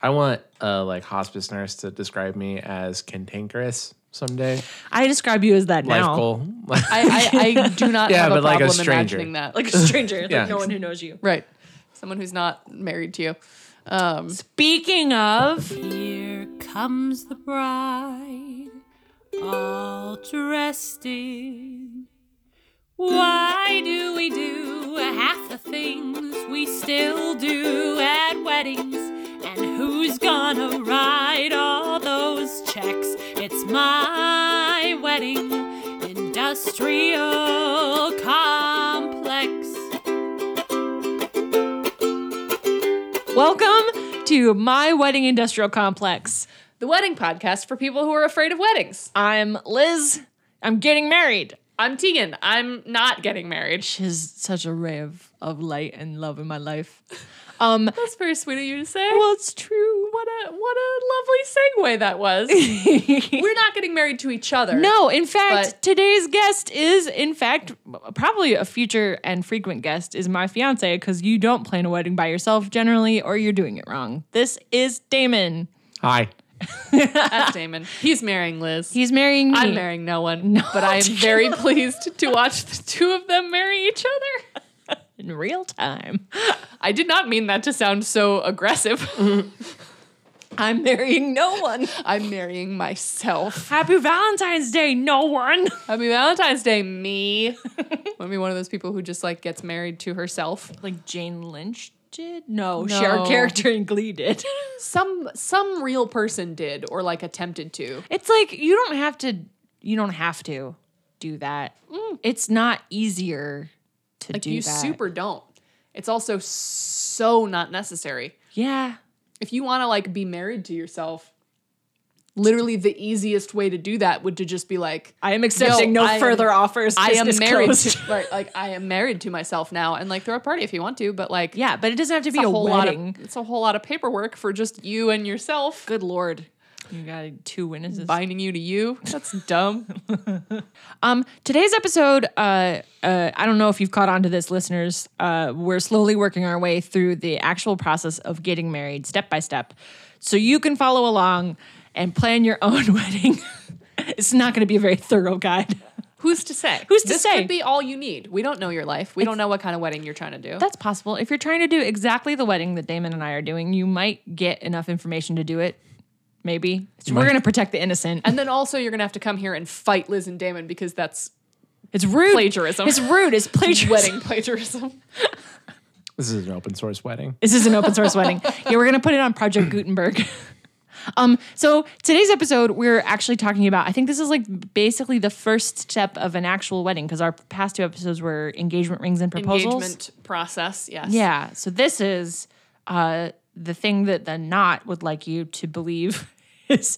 I want a like hospice nurse to describe me as cantankerous someday. I describe you as that now. Life goal. I, I, I do not Yeah, have a but like a problem stranger. imagining that. Like a stranger, Yeah. like no one who knows you. Right. Someone who's not married to you. Um, Speaking of, Here comes the bride, all dressed in. Why do we do half the things we still do at weddings? And who's gonna write all those checks? It's my wedding, industrial complex. welcome to my wedding industrial complex. the wedding podcast for people who are afraid of weddings. I'm Liz. I'm getting married. I'm Tegan. I'm not getting married. She's such a ray of, of light and love in my life. Um, That's very sweet of you to say. well, it's true. what a what a lovely segue that was. We're not getting married to each other. No, in fact, But- today's guest is, in fact, probably a future and frequent guest is my fiance because you don't plan a wedding by yourself generally, or you're doing it wrong. This is Damon. Hi. that's Damon. He's marrying Liz. He's marrying me. I'm marrying no one, but I am very pleased to watch the two of them marry each other. in real time. I did not mean that to sound so aggressive. I'm marrying no one. I'm marrying myself. Happy Valentine's Day, no one. Happy Valentine's Day, me. Want to be one of those people who just like gets married to herself. Like Jane Lynch did? No, No. she our character in Glee did. Some some real person did or like attempted to. It's like you don't have to. You don't have to do that. It's not easier to Like do you that. super don't. It's also so not necessary. yeah. If you want to like be married to yourself, literally the easiest way to do that would to just be like I am accepting Yo, no I am- further offers. I am Business married closed. to, right, like I am married to myself now and like throw a party if you want to, but like yeah, but it doesn't have to it's be a, a whole wedding. lot of it's a whole lot of paperwork for just you and yourself. Good lord, you got two witnesses. Binding you to you. That's dumb. Um, today's episode, uh, uh, I don't know if you've caught on to this, listeners. Uh, we're slowly working our way through the actual process of getting married step by step. So you can follow along and plan your own wedding. it's not going to be a very thorough guide. Who's to say? Who's to this say? could be all you need. We don't know your life. We don't know what kind of wedding you're trying to do. That's possible. If you're trying to do exactly the wedding that Damon and I are doing, you might get enough information to do it. Maybe. So we're might. going to protect the innocent. and then also you're gonna have to come here and fight Liz and Damon because that's It's rude. Plagiarism. It's rude. It's plagiarism. wedding plagiarism. This is an open source wedding. This is an open source wedding. Yeah, we're gonna put it on Project Gutenberg. um, so today's episode, we're actually talking about. I think this is like basically the first step of an actual wedding because our past two episodes were engagement rings and proposals. Engagement process, yes. Yeah. So this is uh, the thing that the knot would like you to believe is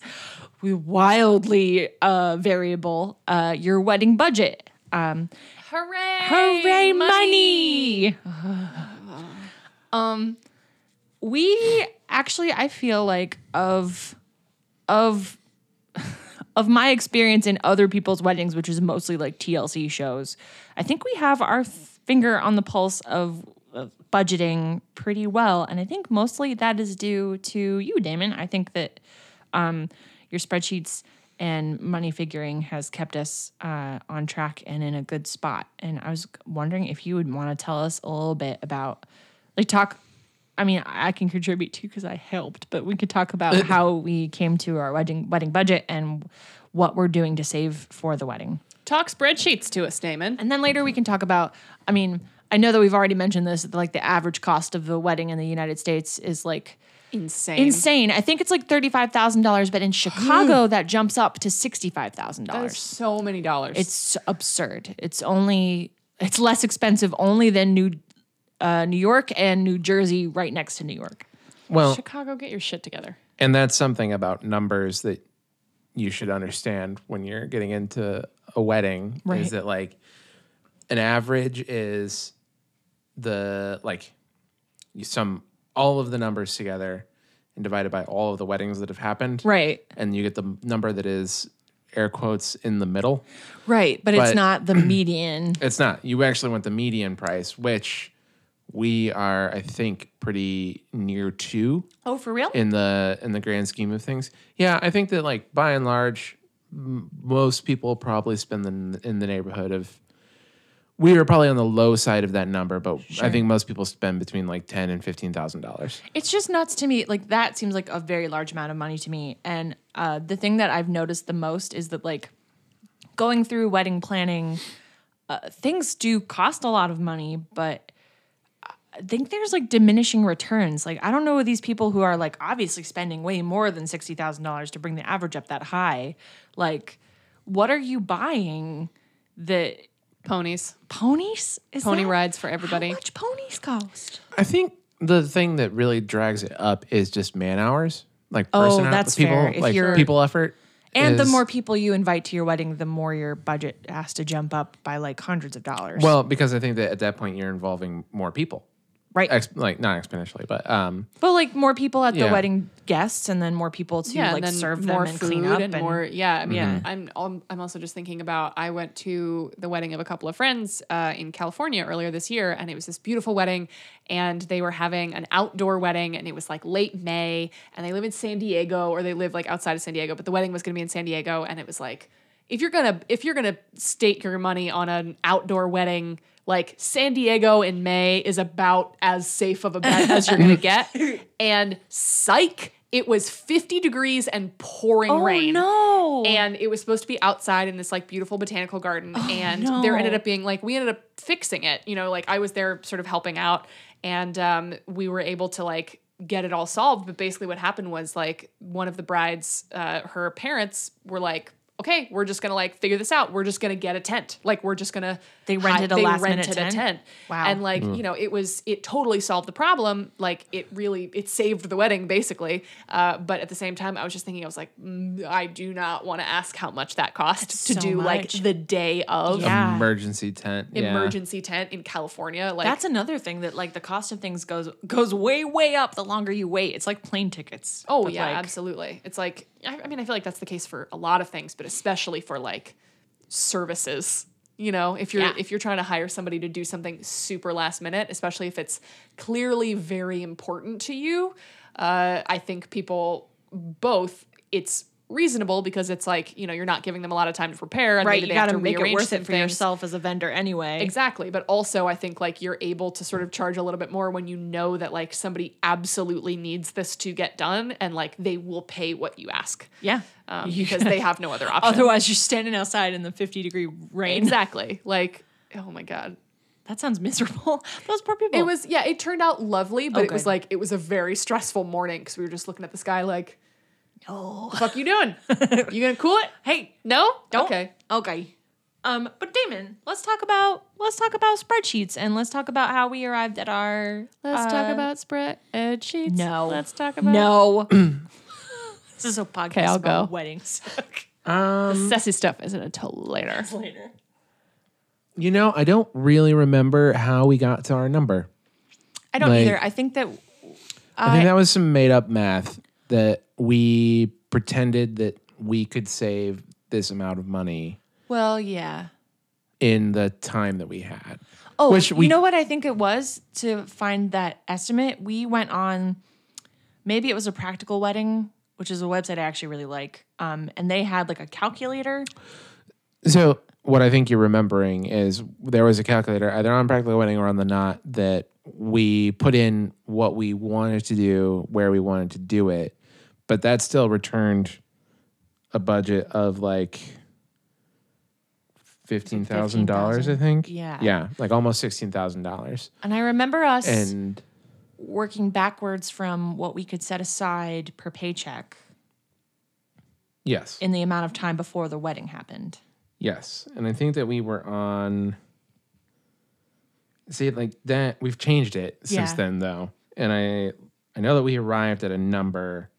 we wildly uh, variable uh, your wedding budget. Um, Hooray! Hooray, money! um, we actually, I feel like of of of my experience in other people's weddings, which is mostly like TLC shows. I think we have our finger on the pulse of, of budgeting pretty well, and I think mostly that is due to you, Damon. I think that um, your spreadsheets and money figuring has kept us uh, on track and in a good spot. And I was wondering if you would want to tell us a little bit about, like, talk. I mean, I can contribute too because I helped, but we could talk about how we came to our wedding wedding budget and what we're doing to save for the wedding. Talk spreadsheets to us, Damon. And then later we can talk about, I mean, I know that we've already mentioned this, like the average cost of a wedding in the United States is like Insane. insane. I think it's like thirty-five thousand dollars, but in Chicago that jumps up to sixty-five thousand There's dollars. so many dollars. It's absurd. It's only it's less expensive only than New uh, New York and New Jersey, right next to New York. Well, Chicago, get your shit together. and that's something about numbers that you should understand when you're getting into a wedding Right. is that like an average is the like you sum all of the numbers together and divide it by all of the weddings that have happened Right, and you get the number that is air quotes in the middle right, but, it's But- not the median. It's not. You actually want the median price, which we are, I think, pretty near two Oh, for real? in the in the grand scheme of things. Yeah, I think that like by and large, m- most people probably spend in, in the neighborhood of. We are probably on the low side of that number, but I think most people spend between like ten and fifteen thousand dollars. It's just nuts to me. Like that seems like a very large amount of money to me. And uh, the thing that I've noticed the most is that like going through wedding planning, uh, things do cost a lot of money, but I think there's like diminishing returns. Like I don't know these people who are like obviously spending way more than sixty thousand dollars to bring the average up that high. Like, what are you buying? The Ponies. ponies? Is Pony that- rides for How everybody. much ponies cost? I think the thing that really drags it up is just man hours, like Oh, person hou- that's people, fair. If like you're- people effort, And the is- more people you invite to your wedding, the more your budget has to jump up by like hundreds of dollars. Well, because I think that at that point you're involving more people, right. Ex- like not exponentially, but um, but like more people at the Yeah. wedding guests and then more people to yeah, like and then serve more them and food clean up. and, and- more. Yeah, I mean, Yeah. I'm al- I'm also just thinking about. I went to the wedding of a couple of friends uh, in California earlier this year, and it was this beautiful wedding, and they were having an outdoor wedding, and it was like late May, and they live in San Diego, or they live like outside of San Diego, but the wedding was going to be in San Diego, and it was like. If you're gonna if you're gonna stake your money on an outdoor wedding, like San Diego in May is about as safe of a bet as you're gonna get. And psych, it was 50 degrees and pouring oh rain. no. And it was supposed to be outside in this like beautiful botanical garden. and there Oh, no. ended up being like, we ended up fixing it. You know, like I was there sort of helping out and um, we were able to like get it all solved. But basically, what happened was like one of the brides, uh, her parents were like, okay, we're just gonna like figure this out. We're just gonna get a tent. Like, we're just gonna. They rented a they last minute rented a tent? tent. Wow. And like you know it was it totally solved the problem like it really it saved the wedding basically uh, but at the same time i was just thinking i was like mm, i do not want to ask how much that cost to so do like much. the day of Yeah. emergency tent, yeah. emergency tent in california like That's another thing that like the cost of things goes goes way way up the longer you wait. It's like plane tickets. oh but, yeah like, absolutely it's like I, I mean i feel like that's the case for a lot of things but especially for like services you know if you're Yeah. if you're trying to hire somebody to do something super last minute especially if it's clearly very important to you uh, i think people both it's reasonable because it's like you know you're not giving them a lot of time to prepare and Right, maybe you they have got to to make it rearrange worth some it for things. yourself as a vendor anyway. Exactly. But also, I think like you're able to sort of charge a little bit more when you know that like somebody absolutely needs this to get done and like they will pay what you ask Yeah. um, because they have no other option. Otherwise, you're standing outside in the 50 degree rain. exactly. Like, oh my God. That sounds miserable. Those poor people. It was, yeah, it turned out lovely, but Oh, it was good. like, it was a very stressful morning because we were just looking at the sky like, no. fuck you doing? you gonna cool it? Hey, No? Don't. Okay. Okay. Um, but Damon, let's talk about let's talk about spreadsheets and let's talk about how we arrived at our. Let's uh, talk about spreadsheets. No. Let's talk about No. this is a podcast I'll about go. weddings. Um, Sassy stuff isn't until later. Later. you know, I don't really remember how we got to our number. I don't Like- either. I think that I think that was some made up math that we pretended that we could save this amount of money well, yeah. in the time that we had. Oh, Which we- you know what I think it was to find that estimate? We went on, maybe it was a practical wedding, which is a website I actually really like. Um, and they had like a calculator. So what I think you're remembering is there was a calculator either on Practical Wedding or on the Knot that we put in what we wanted to do, where we wanted to do it, but that still returned a budget of like fifteen thousand dollars, I think. Yeah. Yeah. Like almost sixteen thousand dollars. And I remember us And working backwards from what we could set aside per paycheck yes. in the amount of time before the wedding happened. Yes, and I think that we were on. See, like that, we've changed it since Yeah. then, though, and I I know that we arrived at a number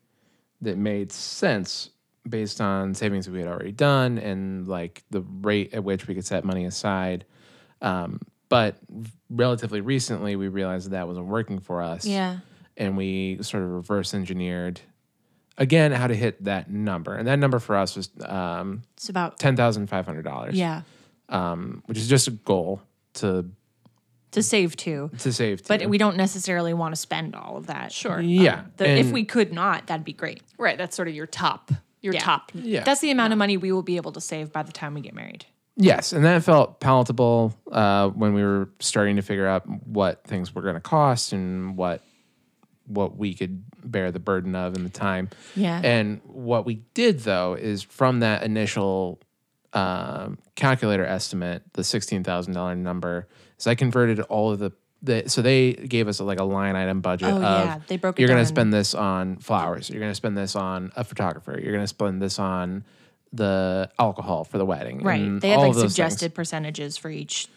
that made sense based on savings that we had already done and like the rate at which we could set money aside. Um, but relatively recently, we realized that that wasn't working for us. and we sort of reverse engineered again how to hit that number, and that number for us was um, It's about ten thousand five hundred dollars yeah. which is just a goal to to save two. to save two. But we don't necessarily want to spend all of that. Sure. yeah, The, if and- we could not, that'd be great. Right. That's sort of your top. Your Yeah. top. yeah. That's the amount of money we will be able to save by the time we get married. Yes, and that felt palatable uh, when we were starting to figure out what things were going to cost and what what we could bear the burden of in the time. Yeah. And what we did though is from that initial um, calculator estimate, the sixteen thousand dollar number, is I converted all of the, the so they gave us like a line item budget. Oh, of, yeah. They broke it You're down. to spend this on flowers. You're going to spend this on a photographer. You're going to spend this on the alcohol for the wedding. Right. and they had all like of those suggested things. percentages for each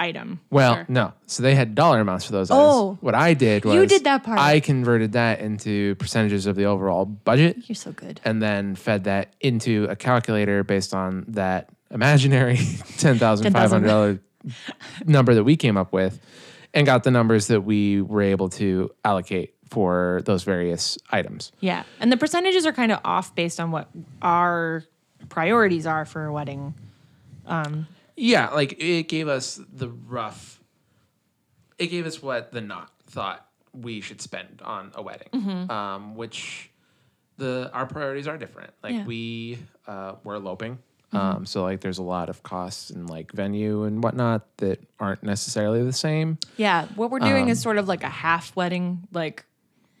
item. Well, Sure. no. So they had dollar amounts for those. Oh. items. what I did was You did that part. I converted that into percentages of the overall budget, You're so good. and then fed that into a calculator based on that imaginary ten thousand five hundred dollar number that we came up with, and got the numbers that we were able to allocate for those various items. Yeah. And the percentages are kind of off based on what our priorities are for a wedding. Yeah, like it gave us the rough. It gave us what the not thought we should spend on a wedding, Mm-hmm. um, which the our priorities are different. Like Yeah. Mm-hmm. we uh, we're eloping, um, so like there's a lot of costs and like venue and whatnot that aren't necessarily the same. Yeah. What we're doing Um, is sort of like a half wedding, like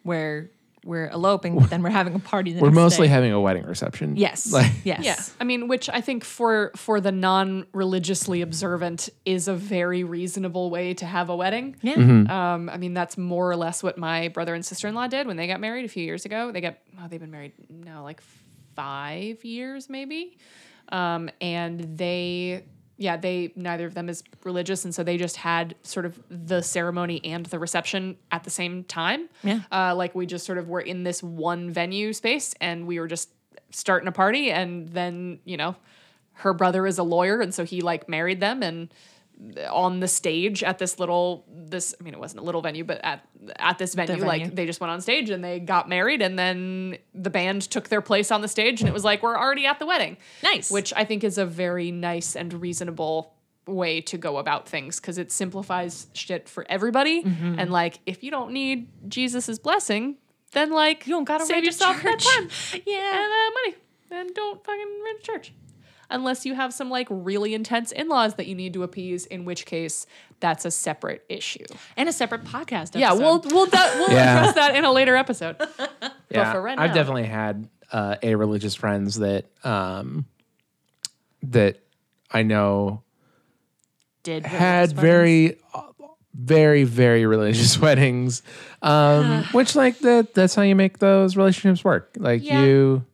where we're eloping, but then we're having a party. The We're next mostly day. having a wedding reception. Yes. Like, yes. Yeah. I mean, which I think for for the non-religiously observant is a very reasonable way to have a wedding. Yeah. Um, I mean, that's more or less what my brother and sister-in-law did when they got married a few years ago. They got oh, they've been married now like five years maybe, um, and they yeah they neither of them is religious, and so they just had sort of the ceremony and the reception at the same time. Yeah. Uh, like we just sort of were in this one venue space, and we were just starting a party, and then you know, her brother is a lawyer, and so he like married them and on the stage at this little this I mean it wasn't a little venue but at at this venue, venue. like they just went on stage and they got married and then the band took their place on the stage and it was like we're already at the wedding Nice. which I think is a very nice and reasonable way to go about things cuz it simplifies shit for everybody and like if you don't need Jesus's blessing then like you don't gotta save rent a yourself that church. time yeah. and uh, money and don't fucking rent a church unless you have some like really intense in-laws that you need to appease in which case that's a separate issue And a separate podcast. Episode. yeah we'll we'll that we'll Yeah. address that in a later episode yeah. for right I've now- definitely had uh, a religious friends that um, that I know did had very uh, very very religious weddings um which like that that's how you make those relationships work like Yeah. you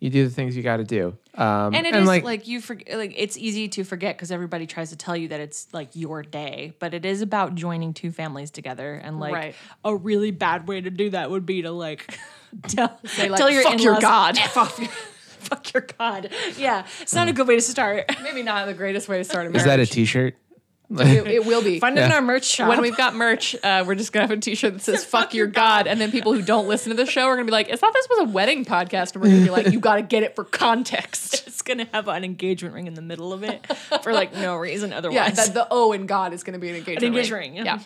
you do the things you got to do um and it is like, like, you forget like it's easy to forget because everybody tries to tell you that it's like your day but it is about joining two families together and like Right. a really bad way to do that would be to like tell, like, tell your "Fuck your in-laws, God." "F off your- fuck your god yeah it's not a Mm. good way to start maybe not the greatest way to start a marriage is that a t-shirt it, it will be find it in our merch shop when we've got merch uh, we're just gonna have a t-shirt that says fuck your god and then people who don't listen to the show are gonna be like i thought this was a wedding podcast and we're gonna be like you gotta get it for context it's gonna have an engagement ring in the middle of it for like no reason otherwise yeah that the o in god is gonna be an engagement, An engagement ring, yeah.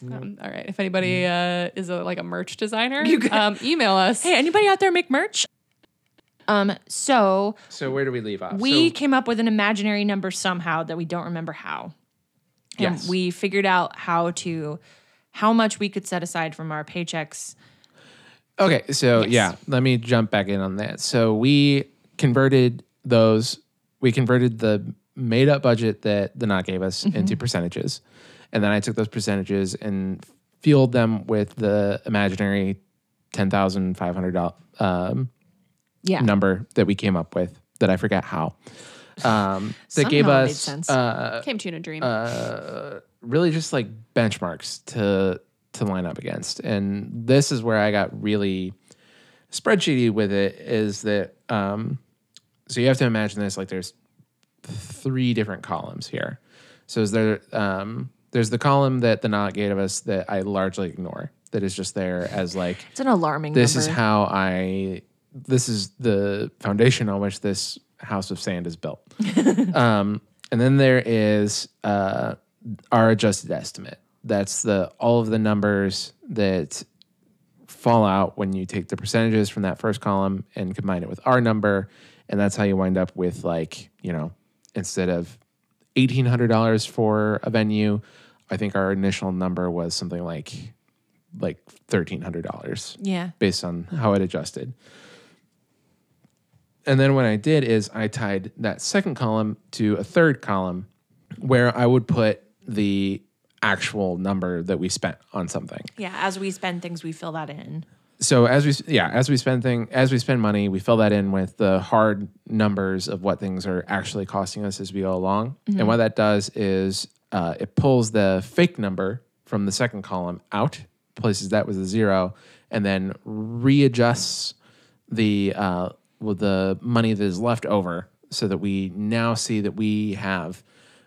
yeah Um, all right. If anybody uh, is a, like a merch designer, um, email us. hey anybody out there make merch um so so where do we leave off We so, came up with an imaginary number somehow that we don't remember how. And Yes. we figured out how to how much we could set aside from our paychecks. okay so yeah let me jump back in on that so we converted those we converted the made up budget that the not gave us Mm-hmm. into percentages and then i took those percentages and fueled them with the imaginary $10500 um, Yeah. number that we came up with that I forget how. Um, that gave Somehow it made us sense. uh, Came to you in a dream. really just like benchmarks to to line up against, and this is where I got really spreadsheety with it. Is that um, so? You have to imagine this like there's three different columns here. So is there um, there's the column that the not gave us that I largely ignore. That is just there as like it's an alarming this number. is how I this is the foundation on which this house of sand is built. um, and then there is uh, our adjusted estimate. That's the all of the numbers that fall out when you take the percentages from that first column and combine it with our number, and that's how you wind up with like you know instead of eighteen hundred dollars for a venue, I think our initial number was something like like thirteen hundred dollars Yeah. based on how it adjusted. And then what I did is I tied that second column to a third column where I would put the actual number that we spent on something. Yeah. As we spend things, we fill that in. So as we yeah, as we spend thing as we spend money, we fill that in with the hard numbers of what things are actually costing us as we go along. And what that does is uh, it pulls the fake number from the second column out, places that with a zero, and then readjusts the uh, with the money that is left over, so that we now see that we have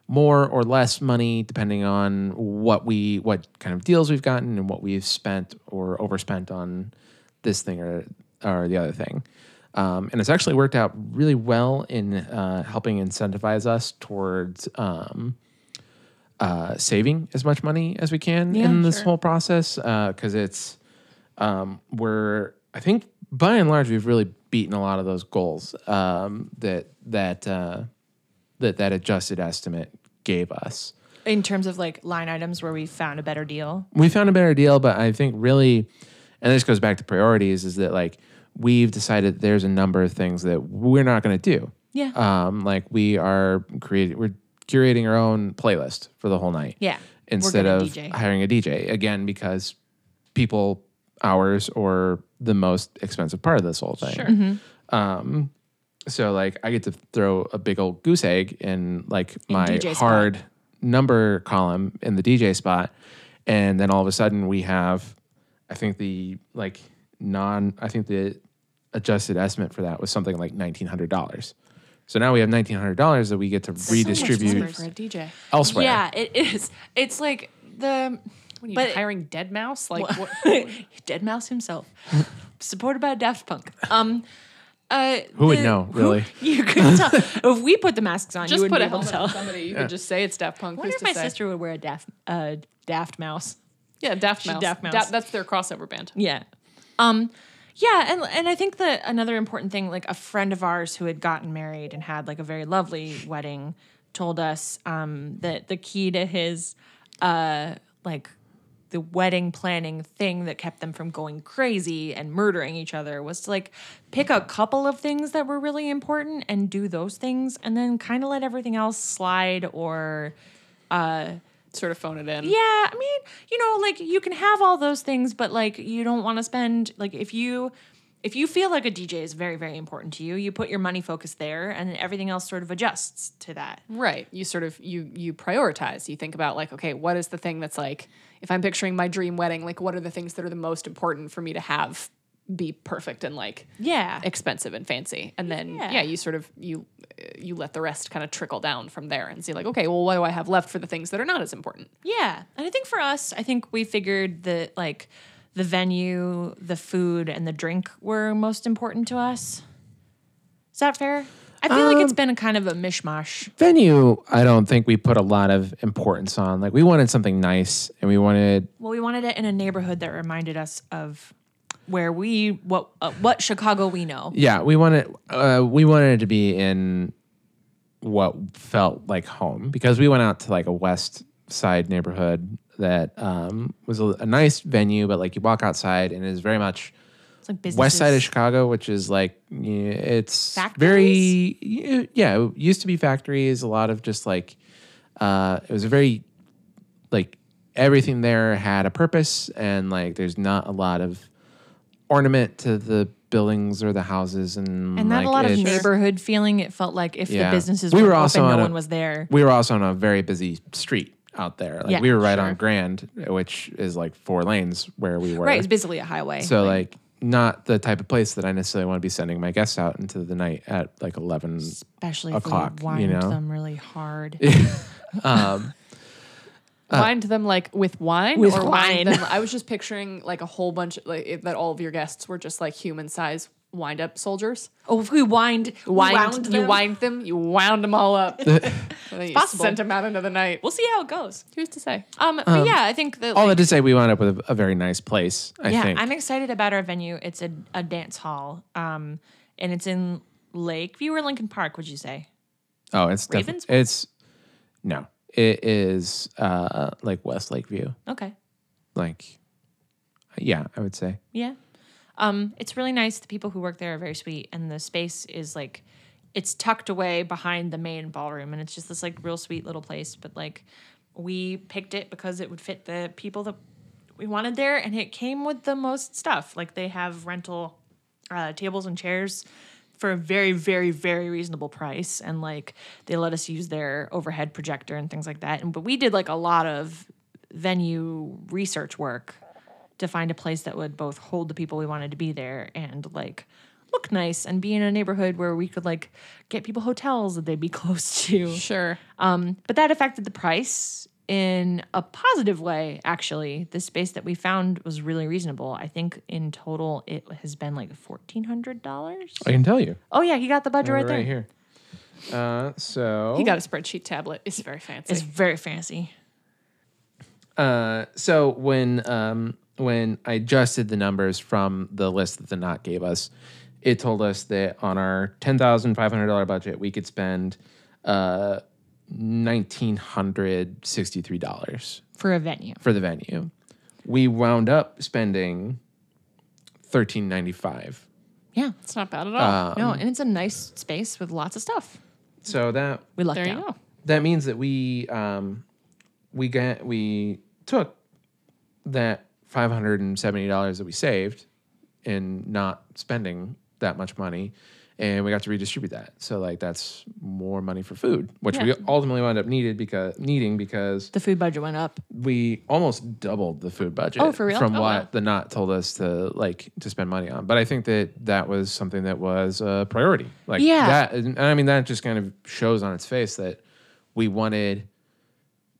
more or less money depending on what we what kind of deals we've gotten and what we've spent or overspent on this thing or or the other thing. Um, and it's actually worked out really well in uh, helping incentivize us towards um, uh, saving as much money as we can Yeah, in this sure. whole process because it's we're I think by and large we've really beaten a lot of those goals um, that that uh, that that adjusted estimate gave us. In terms of like line items where we found a better deal. We found a better deal, but I think really, and this goes back to priorities, is that like we've decided there's a number of things that we're not going to do. Yeah. Um, like we are creating, we're curating our own playlist for the whole night. Yeah. We're Instead gonna of DJ. hiring a DJ again because people hours or the most expensive part of this whole thing. Um, Sure. So like I get to throw a big old goose egg in like my DJ spot. hard number column in the DJ spot, and then all of a sudden we have, I think the like non, I think the adjusted estimate for that was something like nineteen hundred dollars. So now we have nineteen hundred dollars that we get to redistribute for a DJ. elsewhere. Yeah, it is. It's like the What are you But- hiring Dead Mouse? Like what? Dead Mouse himself, supported by Daft Punk. Um, uh, Who would know, really? You could tell if we put the masks on. you just would put be a able to helmet tell. on I somebody. You could just say it's Daft Punk. wonder Who's if my to say? sister would wear a Daft uh, Daft Mouse. Yeah, Daft Mouse. Daft Mouse. Da- that's their crossover band. Yeah. Um yeah, and and I think that another important thing like a friend of ours who had gotten married and had like a very lovely wedding told us um that the key to his uh like the wedding planning thing that kept them from going crazy and murdering each other was to like pick a couple of things that were really important and do those things and then kind of let everything else slide or Sort of phone it in. yeah, I mean, you know, like you can have all those things, but like you don't want to spend like if you if you feel like a DJ is very very important to you, you put your money focus there, and then everything else sort of adjusts to that. Right. You sort of you you prioritize. You think about like, okay, what is the thing that's like if I'm picturing my dream wedding, like what are the things that are the most important for me to have be perfect and like Yeah, expensive and fancy. And then yeah, Yeah. you sort of you you let the rest kind of trickle down from there and see like, okay, well what do I have left for the things that are not as important? yeah. And I think for us, I think we figured that like the venue, the food, and the drink were most important to us. Is that fair? I feel like it's been a kind of a mishmash. Venue, I don't think we put a lot of importance on. Like we wanted something nice, and we wanted Well, we wanted it in a neighborhood that reminded us of where we what uh, what Chicago we know. Yeah, we wanted uh, we wanted it to be in what felt like home because we went out to like a West Side neighborhood that um, was a, a nice venue, but like you walk outside and it is very much It's like business. West Side of Chicago, which is like yeah, it's Factories? very yeah. It used to be factories, a lot of just like uh, it was a very like everything there had a purpose, and like there's not a lot of ornament to the buildings or the houses, and and not like, a lot of it's- neighborhood feeling. It felt like if Yeah. the businesses We were, were also open, on no a- one was there. We were also on a very busy street out there. Like Yeah, we were right on Grand, which is like four lanes where we were. Right, it's basically a highway. So like not the type of place that I necessarily want to be sending my guests out into the night at like eleven. especially a if clock, you we wind know? them really hard. wind them like with wine Uh. With wind wine. them- I was just picturing like a whole bunch of, like it, that all of your guests were just like human size wind up soldiers. Oh, if we wind, Wind, wound you them- wind them, you wound them all up. and then you possible. Sent them out into the night. We'll see how it goes. Who's to say? Um, but yeah, I think that. All like, that to say, we wound up with a, a very nice place. I yeah, think. I'm excited about our venue. It's a, a dance hall, um, and it's in Lakeview or Lincoln Park. Would you say? oh, it's def- Ravens? It's no, it is uh like West Lakeview. Okay. Like, yeah, I would say. Yeah. Um, it's really nice. The people who work there are very sweet, and the space is like it's tucked away behind the main ballroom, and it's just this like real sweet little place. But like we picked it because it would fit the people that we wanted there, and it came with the most stuff. Like they have rental uh, tables and chairs for a very, very, very reasonable price, and like they let us use their overhead projector and things like that. And but we did like a lot of venue research work to find a place that would both hold the people we wanted to be there and like look nice and be in a neighborhood where we could like get people hotels that they'd be close to. Sure. Um, but that affected the price in a positive way, actually. The space that we found was really reasonable. I think in total it has been like fourteen hundred dollars. I can tell you Oh yeah, you got the budget right, right, there. here. Uh, so He got a spreadsheet tablet. It's very fancy. It's very fancy. Uh, so when um, when I adjusted the numbers from the list that the Knot gave us, it told us that on our ten thousand five hundred dollar budget, we could spend uh, nineteen hundred sixty three dollars For a venue. for the venue. We wound up spending thirteen ninety five. Yeah. It's not bad at all. no, and it's a nice space with lots of stuff. So that We lucked there you out. go. that means that we um, we got we took that five hundred and seventy dollars that we saved in not spending that much money, and we got to redistribute that. So like that's more money for food, which we ultimately wound up needed because needing because The food budget went up. we almost doubled the food budget. Oh, for real? From Oh, what the knot told us to like to spend money on, but I think that that was something that was a priority. Like Yeah. that, and I mean that just kind of shows on its face that we wanted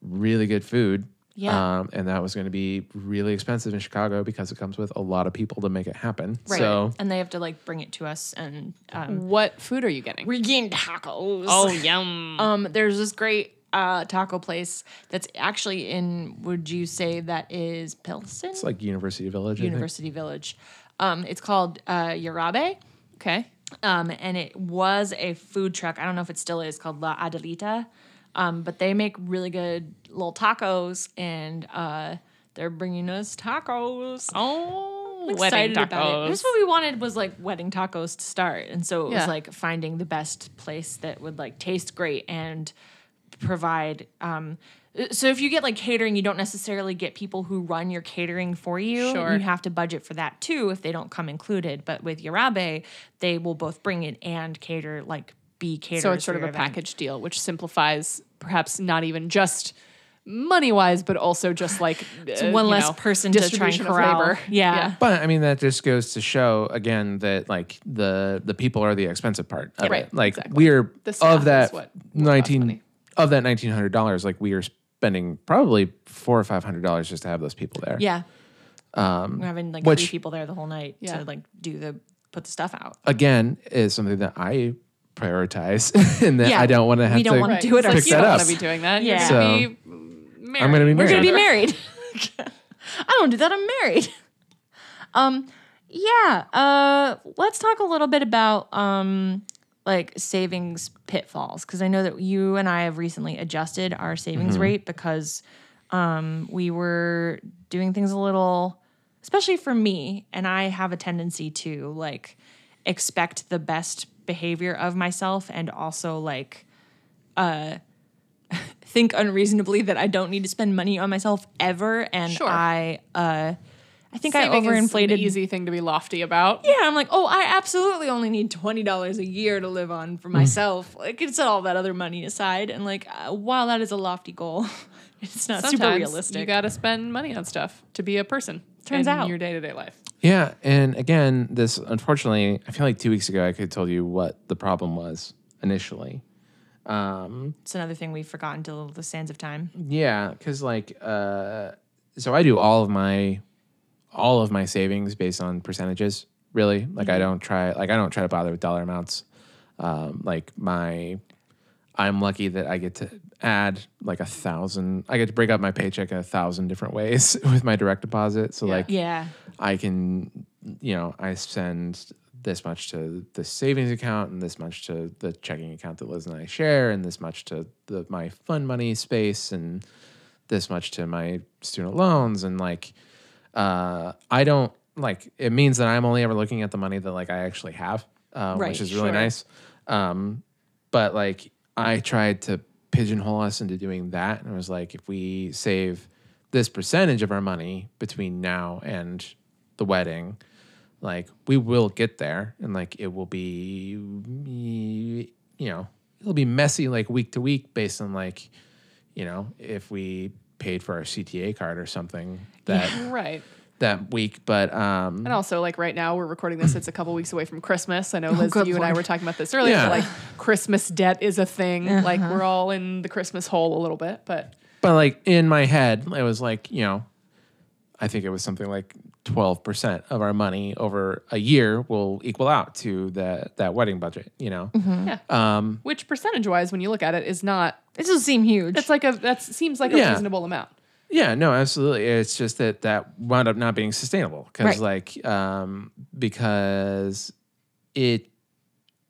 really good food. Yeah. Um, and that was going to be really expensive in Chicago because it comes with a lot of people to make it happen. So and they have to like bring it to us and um, What food are you getting? we're getting tacos. Oh, yum. Um, there's this great uh, taco place that's actually in. Would you say that is Pilsen it's like University Village. I think. University Village? Um, it's called uh, Yarabe. Okay. Um, and it was a food truck. I don't know if it still is called La Adelita. Um, but they make really good little tacos, and uh, they're bringing us tacos. Oh, I'm wedding excited about it. tacos. Here's what we wanted was like wedding tacos to start, and so it Yeah. was like finding the best place that would like taste great and provide. Um, so if you get like catering, you don't necessarily get people who run your catering for you. Sure. You have to budget for that too if they don't come included. But with Yarabe, they will both bring it and cater like be catered. So it's sort of a package deal, which simplifies perhaps not even just money wise, but also just like uh, One you less know, person to try and distribution of corral. labor. Yeah. But I mean, that just goes to show again that like the the people are the expensive part of Right, it. Like exactly. we're The staff of that is what- what costs nineteen money. of that nineteen hundred dollars. Like we are spending probably four or five hundred dollars just to have those people there. Yeah. Um, We're having like which- three people there the whole night Yeah. to like do the put the stuff out. Again, is something that I prioritize and that Yeah. I don't want to have We don't to wanna Right. Do it It's like, Pick you that don't up. want to be doing that. Yeah. You're gonna be married. I'm gonna be We're married. gonna be married. I don't do that. I'm married. Um, yeah. Uh, let's talk a little bit about um, like savings pitfalls because I know that you and I have recently adjusted our savings Mm-hmm. rate because um, we were doing things a little, especially for me, and I have a tendency to like expect the best behavior of myself and also like uh, think unreasonably that I don't need to spend money on myself ever, and Sure. I, uh, I think Saving I is an overinflated. easy thing to be lofty about. Yeah, I'm like, oh, I absolutely only need twenty dollars a year to live on for myself. like, it's all that other money aside, and like, uh, while that is a lofty goal, it's not super Sometimes realistic. you gotta spend money on stuff to be a person. Turns in out. your day to day life. Yeah, and again, this unfortunately, I feel like two weeks ago I could have told you what the problem was initially. it's another thing we've forgotten till the sands of time. Yeah, because like, uh, so I do all of my all of my savings based on percentages. really. Like Mm-hmm. I don't try like I don't try to bother with dollar amounts. Um, like my I'm lucky that I get to add like a thousand I get to break up my paycheck in a thousand different ways with my direct deposit. So like Yeah. I can, you know, I send this much to the savings account and this much to the checking account that Liz and I share and this much to the my fund money space and this much to my student loans and like uh I don't like it means that I'm only ever looking at the money that like I actually have, um, Right, which is really sure. nice. Um, but like I tried to pigeonhole us into doing that, and I was like, if we save this percentage of our money between now and the wedding, like we will get there, and like it will be, you know, it'll be messy like week to week based on like, you know, if we paid for our CTA card or something that Right. that week, but um, And also, like right now, we're recording this. It's a couple weeks away from Christmas. I know, Liz, you Oh, good and I Lord. were talking about this earlier. Yeah. but, Like, Christmas debt is a thing. Uh-huh. Like, we're all in the Christmas hole a little bit, but But like in my head, it was like, you know, I think it was something like 12% of our money over a year will equal out to that that wedding budget, you know. which percentage wise, when you look at it, is not. This doesn't seem huge. It's like a that seems like a Yeah. reasonable amount. Yeah, no, absolutely. It's just that that wound up not being sustainable cuz Right. like um because it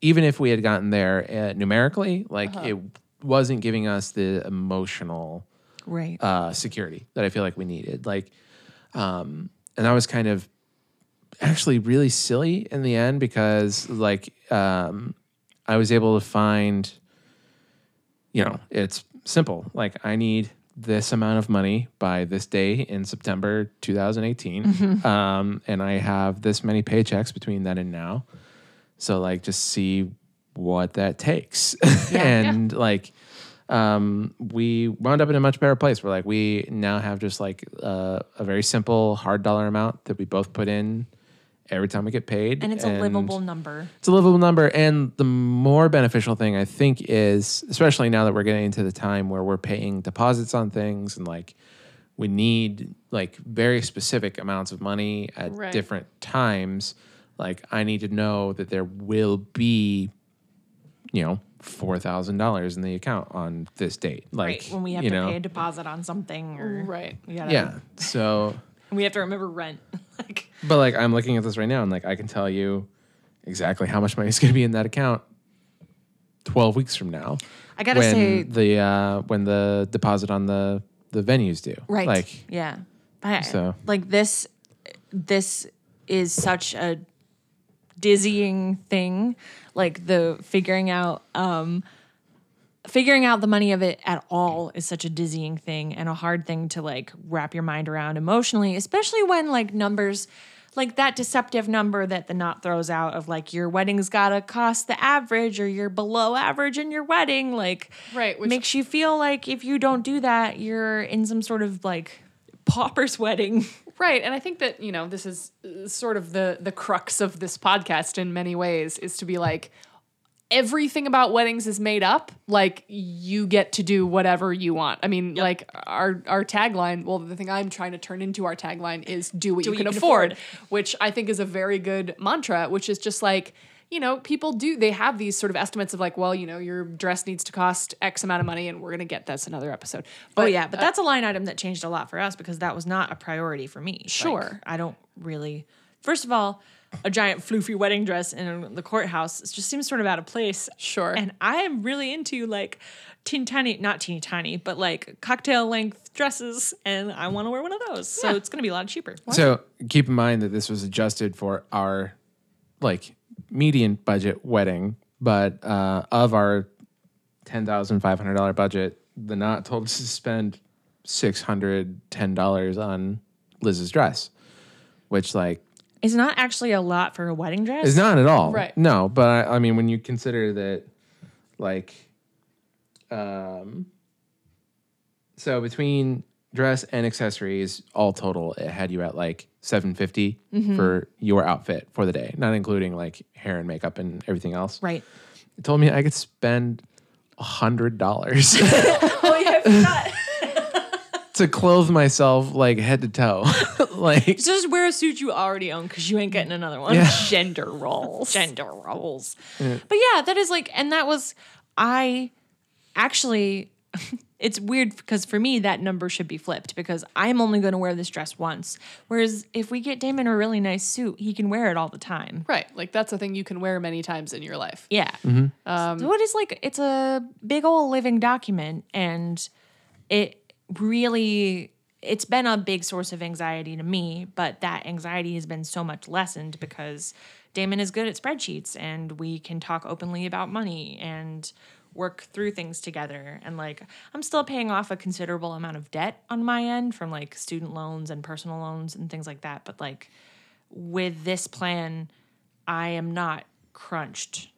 even if we had gotten there uh, numerically, like it wasn't giving us the emotional right. uh, security that I feel like we needed. Like, um, and that was kind of actually really silly in the end because like um, I was able to find, you know, it's simple. Like I need this amount of money by this day in September 2018, um, and I have this many paychecks between then and now. So like, just see what that takes, and like um, we wound up in a much better place. We're like, we now have just like uh, a very simple hard dollar amount that we both put in every time we get paid. and it's a livable number. It's a livable number. And the more beneficial thing I think is, especially now that we're getting into the time where we're paying deposits on things and like we need like very specific amounts of money at Right. different times. Like I need to know that there will be, you know, four thousand dollars in the account on this date. Like right. When we have you to know, pay a deposit on something or Right. we gotta- yeah. So We have to remember rent. like But like I'm looking at this right now and like I can tell you exactly how much money is going to be in that account 12 weeks from now. I gotta when say- the uh when the deposit on the the venues due. Right. Like yeah. But So- like this this is such a dizzying thing like the figuring out um figuring out the money of it at all is such a dizzying thing and a hard thing to like wrap your mind around emotionally especially when like numbers like that deceptive number that the knot throws out of like your wedding's gotta cost the average or you're below average in your wedding like Right, which- makes you feel like if you don't do that you're in some sort of like pauper's wedding Right, and I think that you know this is uh, sort of the the crux of this podcast in many ways is to be like everything about weddings is made up. Like you get to do whatever you want. I mean, like our our tagline. Well, the thing I'm trying to turn into our tagline is do what, you, can afford, which I think is a very good mantra. Which is just like you know people do they have these sort of estimates of like well you know your dress needs to cost x amount of money and we're going to get that's another episode but oh yeah, but that's a line item that changed a lot for us because that was not a priority for me. Like, Sure. I don't really. First of all, a giant floofy wedding dress in the courthouse it just seems sort of out of place. Sure. And I am really into like teeny tiny, not teeny tiny, but like cocktail length dresses, and I want to wear one of those. So it's going to be a lot cheaper. so keep in mind that this was adjusted for our like median budget wedding, but uh of our $10,500 budget, the not told us to spend $610 on Liz's dress, which like It's not actually a lot for a wedding dress. It's not at all. Right. No, but I, I mean, when you consider that, like, um, so between dress and accessories, all total, it had you at like seven for your outfit for the day, not including like hair and makeup and everything else. Right. It told me I could spend a hundred dollars. Oh yeah, I forgot. to clothe myself like head to toe. like Just wear a suit you already own because you ain't getting another one. Yeah. Gender roles. Gender roles. But yeah, that is like, and that was, I actually, it's weird because for me, that number should be flipped because I'm only going to wear this dress once. Whereas if we get Damon a really nice suit, he can wear it all the time. Right. Like that's a thing you can wear many times in your life. Yeah. so it is like it's a big old living document, and it really it's been a big source of anxiety to me. But that anxiety has been so much lessened because Damon is good at spreadsheets, and we can talk openly about money and work through things together. And like I'm still paying off a considerable amount of debt on my end from like student loans and personal loans and things like that. But like with this plan, I am not crunched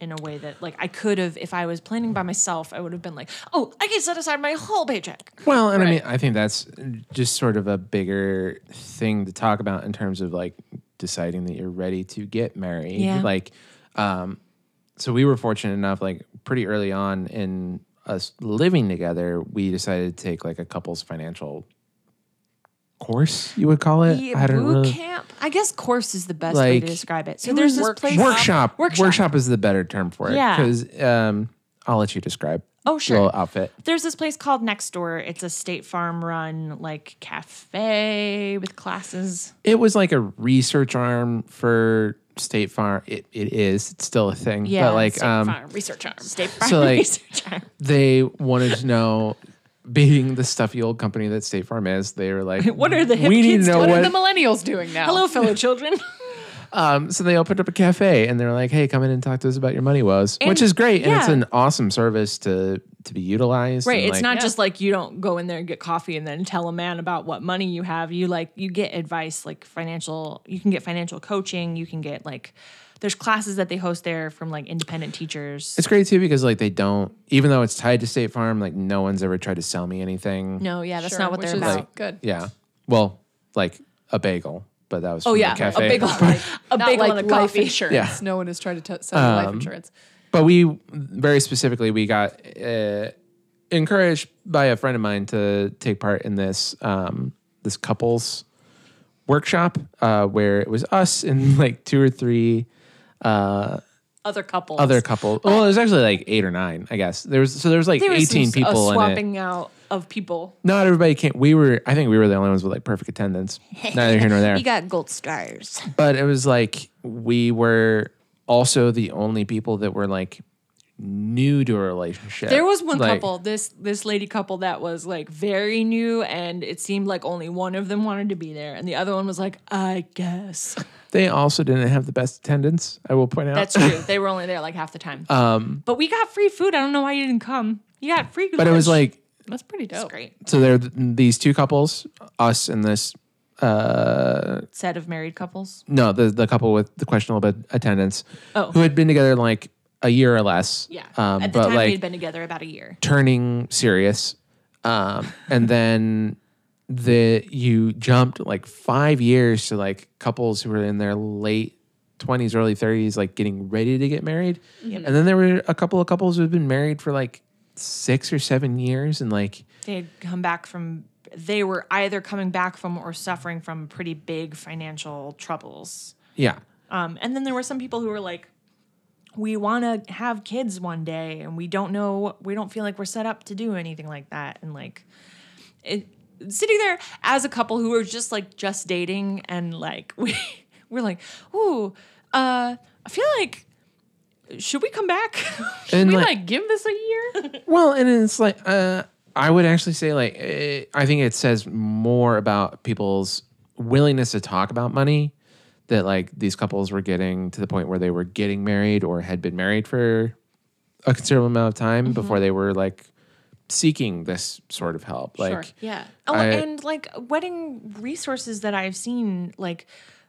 in a way that like I could have if I was planning by myself, I would have been like, oh, I can set aside my whole paycheck. Well, and I mean, I think that's just sort of a bigger thing to talk about in terms of like deciding that you're ready to get married. Yeah. Like, um, so we were fortunate enough, like pretty early on in us living together, we decided to take like a couple's financial course, you would call it. I don't boot really- camp. I guess course is the best way to Like, describe it. So there's this place. Workshop. Workshop. is the better term for it. Yeah. Because um, I'll let you describe. Oh, sure. Little outfit. There's this place called Next Door. It's a State Farm run like cafe with classes. it was like a research arm for State Farm. It it is. It's still a thing. Yeah, but like State um, Farm research arm. State Farm like- research arm. they wanted to know, being the stuffy old company that State Farm is, they were like, What are the hip we need kids to know What, are what. the millennials doing now? Hello, Oh. fellow children. um, so they opened up a cafe and they were like, hey, come in and talk to us about your money woes, And- which is great and it's yeah. an awesome service to to be utilized. Right. and, It's like, not just like you don't go in there and get coffee and then tell a man about what money you have. You like you get advice like financial you can get financial coaching, you can get like there's classes that they host there from like independent teachers. It's great too because like they don't, even though it's tied to State Farm, like no one's ever tried to sell me anything. no, yeah, that's Sure, not what which they're is about. good. Yeah. Well, like a bagel, but that was oh from the yeah, cafe. a big Not like, a not big like one of life coffee. insurance. Yeah. No one has tried to t- sell you life insurance. but we very specifically we got uh, encouraged by a friend of mine to take part in this um, this couples workshop uh, where it was us and like two or three other couples. other couples. Well, it was actually like eight or nine, I guess. There was so there was like there was some eighteen s- people a in it. swapping out of people. Not everybody came. We were I think we were the only ones with like perfect attendance. Neither here nor there. got gold stars. but it was like we were also the only people that were like new to a relationship. There was one Like, couple, this this lady couple that was like very new and it seemed like only one of them wanted to be there and the other one was like, I guess. They also didn't have the best attendance. I will point out. That's true. They were only there like half the time. Um, but we got free food. I don't know why you didn't come. You got free. but it was like That's pretty dope. great so. There, are th- these two couples, us and this set of married couples. no, the the couple with the questionable bit- attendance, Oh. who had been together like a year or less. um, At the but time, we like had been together about a year. turning serious, um, and then the you jumped like five years to like couples who were in their late. 20s early 30s like getting ready to get married and then there were a couple of couples who had been married for like six or seven years and like They had come back from. They were either coming back from or suffering from pretty big financial troubles. yeah Um, and then there were some people who were like, we want to have kids one day and we don't know, we don't feel like we're set up to do anything like that. And like, it, sitting there as a couple who are just like just dating and like, we, we're like, ooh, uh, I feel like, should we come back? and We like, like give this a year. Well, and it's like uh, I would actually say like eh, I think it says more about people's willingness to talk about money that like these couples were getting to the point where they were getting married or had been married for a considerable amount of time Mm-hmm. before they were like seeking this sort of help. Like Yeah. Oh, I- and like wedding resources that I've seen, like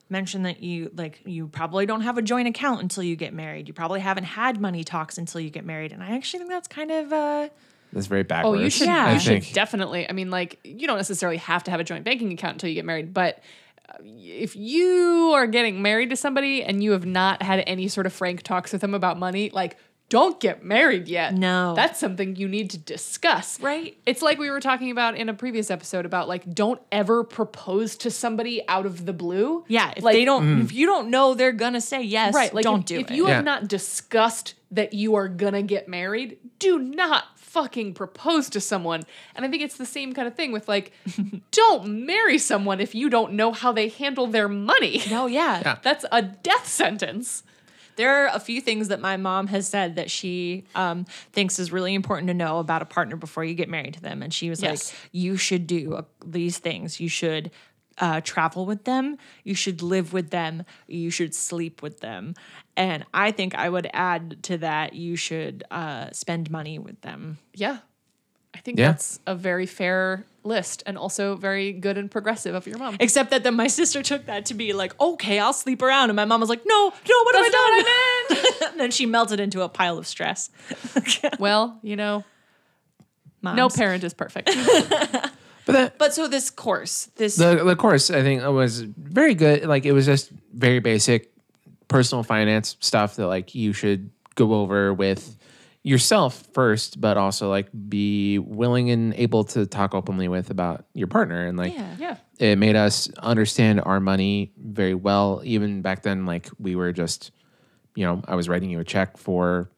mention that you like you probably don't have a joint account until you get married. You probably haven't had money talks until you get married, and I actually think that's kind of uh that's very Oh, backwards. you should. Yeah. I You think. should definitely. I mean, like you don't necessarily have to have a joint banking account until you get married, but uh, if you are getting married to somebody and you have not had any sort of frank talks with them about money, like don't get married yet. No. That's something you need to discuss. Right. It's like we were talking about in a previous episode about like don't ever propose to somebody out of the blue. Yeah, if like, they don't, if you don't know they're gonna say yes, right, like don't if, do if it. you Mm. Yeah. have not discussed that you are gonna get married, do not fucking propose to someone. And I think it's the same kind of thing with like, don't marry someone if you don't know how they handle their money. no, yeah. Yeah. That's a death sentence. There are a few things that my mom has said that she um, thinks is really important to know about a partner before you get married to them. And she was Yes. like, you should do uh, these things. You should uh, travel with them. You should live with them. You should sleep with them. And I think I would add to that, you should uh, spend money with them. Yeah. I think Yeah. that's a very fair list and also very good and progressive of your mom. Except that then my sister took that to be like, okay, I'll sleep around. And my mom was like, no, no, what have I That's done? not and then she melted into a pile of stress. Well, you know, Moms. no parent is perfect. But that, But so this course, this the the course I think was very good. Like it was just very basic personal finance stuff that like you should go over with yourself first, but also like be willing and able to talk openly with about your partner and like yeah. yeah. it made us understand our money very well. Even back then, like we were just, you know, I was writing you a check for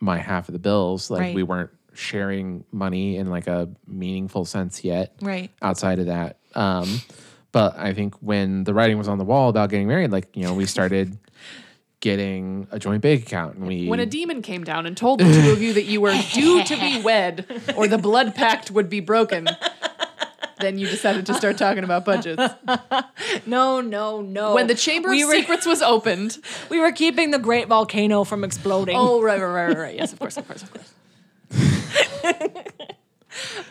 my half of the bills. Like Right. we weren't sharing money in like a meaningful sense yet. Right. Outside of that. Um, but I think when the writing was on the wall about getting married, like, you know, we started getting a joint bank account and we When a demon came down and told the two of you that you were due to be wed or the blood pact would be broken, then you decided to start talking about budgets. No, no, no. When the Chamber we of were, Secrets was opened. we were keeping the great volcano from exploding. Oh, right, right, right, right, right. Yes, of course, of course, of course.